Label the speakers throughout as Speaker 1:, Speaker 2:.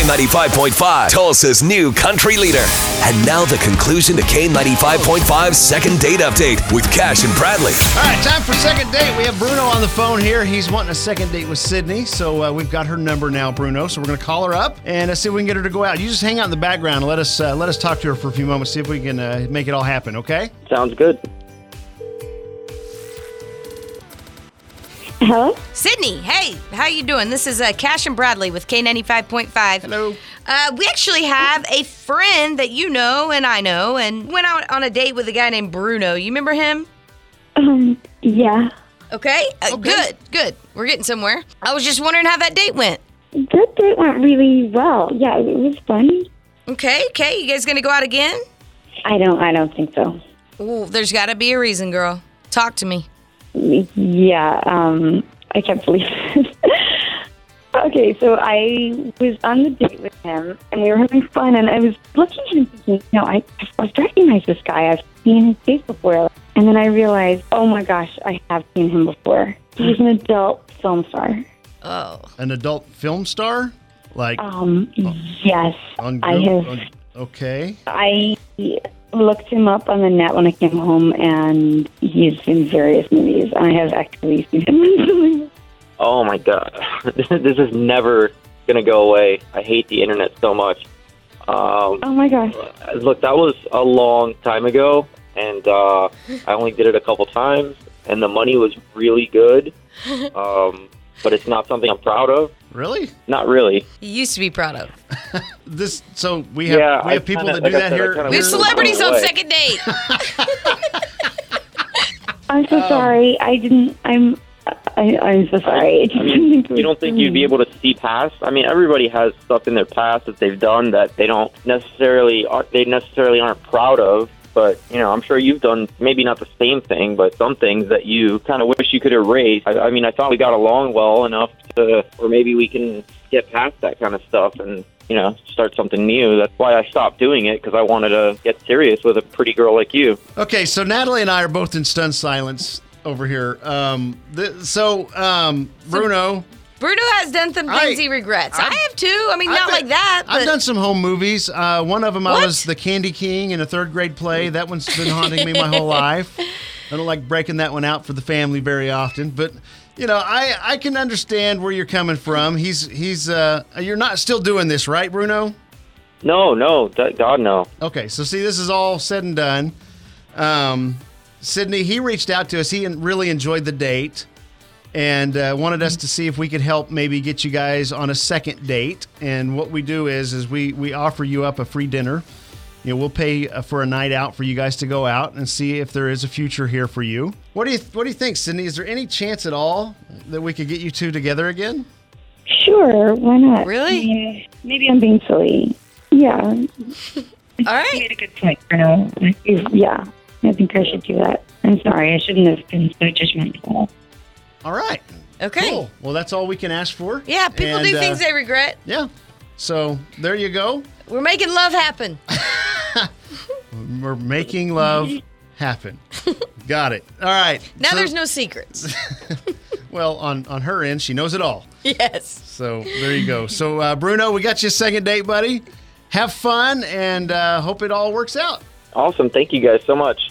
Speaker 1: K95.5, Tulsa's new country leader. And now the conclusion to K95.5's second date update with Cash and Bradley.
Speaker 2: All right, time for second date. We have Bruno on the phone here. He's wanting a second date with Sydney, so uh, we've got her number now, Bruno. So we're gonna call her up and uh, see if we can get her to go out. You just hang out in the background. and Let us uh, let us talk to her for a few moments. See if we can uh, make it all happen. Okay?
Speaker 3: Sounds good.
Speaker 4: Hello?
Speaker 5: Sydney, hey, how you doing? This is uh, Cash and Bradley with K95.5.
Speaker 2: Hello.
Speaker 5: Uh, we actually have a friend that you know and I know and went out on a date with a guy named Bruno. You remember him?
Speaker 4: Um, yeah.
Speaker 5: Okay, uh,
Speaker 2: Oh,
Speaker 5: good, good. We're getting somewhere. I was just wondering how that date went.
Speaker 4: That date went really well. Yeah, it was fun.
Speaker 5: Okay, okay, you guys gonna go out again?
Speaker 4: I don't I don't think so.
Speaker 5: Ooh, there's gotta be a reason, girl. Talk to me.
Speaker 4: Yeah, um I can't believe it. okay, so I was on the date with him and we were having fun and I was looking at him thinking, no, I I recognize this guy. I've seen his face before. And then I realized, oh my gosh, I have seen him before. He's an adult film star.
Speaker 5: Oh,
Speaker 2: An adult film star, like
Speaker 4: Um, yes.
Speaker 2: Oh. on
Speaker 4: I
Speaker 2: Google-
Speaker 4: have
Speaker 2: on- okay.
Speaker 4: I looked him up on the net when I came home, and he's in various movies. I have actually seen him.
Speaker 3: Oh my god, this is never gonna go away. I hate the internet so much. Um,
Speaker 4: oh my gosh!
Speaker 3: look, that was a long time ago, and uh, I only did it a couple times, and the money was really good. Um, but it's not something I'm proud of.
Speaker 2: Really?
Speaker 3: Not really.
Speaker 5: you used to be proud of.
Speaker 2: This. So we have
Speaker 3: Yeah,
Speaker 2: we have
Speaker 3: I
Speaker 2: people
Speaker 3: kinda-
Speaker 2: that do
Speaker 3: like
Speaker 2: that
Speaker 3: I said, I
Speaker 2: here.
Speaker 3: kinda
Speaker 5: There's
Speaker 3: We're
Speaker 5: celebrities
Speaker 3: going
Speaker 5: on
Speaker 3: away.
Speaker 5: second date.
Speaker 4: I'm so sorry. I didn't. I'm. I, I'm so sorry. I just didn't think it
Speaker 3: You don't
Speaker 4: was
Speaker 3: think you'd be
Speaker 4: funny.
Speaker 3: able to see past? I mean, everybody has stuff in their past that they've done that they don't necessarily aren't they necessarily aren't proud of. But you know, I'm sure you've done maybe not the same thing, but some things that you kind of wish you could erase. I, I mean, I thought we got along well enough to, or maybe we can get past that kind of stuff and you know start something new. That's why I stopped doing it because I wanted to get serious with a pretty girl like you.
Speaker 2: Okay, so Natalie and I are both in stunned silence over here. Um, th- so um, Bruno,
Speaker 5: Bruno has done some
Speaker 2: I-
Speaker 5: things he regrets. i
Speaker 2: I've-
Speaker 5: have too. I mean,
Speaker 2: I've
Speaker 5: not
Speaker 2: been-
Speaker 5: like that. But
Speaker 2: I've done some home movies. Uh, one of them, I
Speaker 5: What?
Speaker 2: was the Candy King in a third grade play. That one's been haunting me my whole life. I don't like breaking that one out for the family very often, but you know, I I can understand where you're coming from. He's he's uh, you're not still doing this, right, Bruno?
Speaker 3: No, no, d- God, no.
Speaker 2: Okay, so see, this is all said and done. Um, Sydney, he reached out to us. He en- really enjoyed the date and uh, wanted us to see if we could help maybe get you guys on a second date. And what we do is, is we we offer you up a free dinner. You know, we'll pay uh, for a night out for you guys to go out and see if there is a future here for you. What do you What do you think, Sydney? Is there any chance at all that we could get you two together again?
Speaker 4: Sure. Why not?
Speaker 5: Really?
Speaker 4: I mean, maybe I'm being silly. Yeah.
Speaker 5: all right.
Speaker 4: made a good point, Bruno. Yeah. I think I should do that. I'm sorry. I shouldn't have been so judgmental.
Speaker 2: All right.
Speaker 5: Okay.
Speaker 2: Cool. Well, that's all we can ask for.
Speaker 5: Yeah, people
Speaker 2: And,
Speaker 5: do
Speaker 2: uh,
Speaker 5: things they regret.
Speaker 2: Yeah. So there you go.
Speaker 5: We're making love happen.
Speaker 2: We're making love happen. Got it. All right.
Speaker 5: Now
Speaker 2: So-
Speaker 5: there's no secrets.
Speaker 2: well on on her end, she knows it all.
Speaker 5: yes.
Speaker 2: So there you go. So uh, Bruno, we got you a second date, buddy. Have fun and uh, hope it all works out.
Speaker 3: Awesome, thank you guys so much.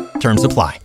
Speaker 6: Terms apply.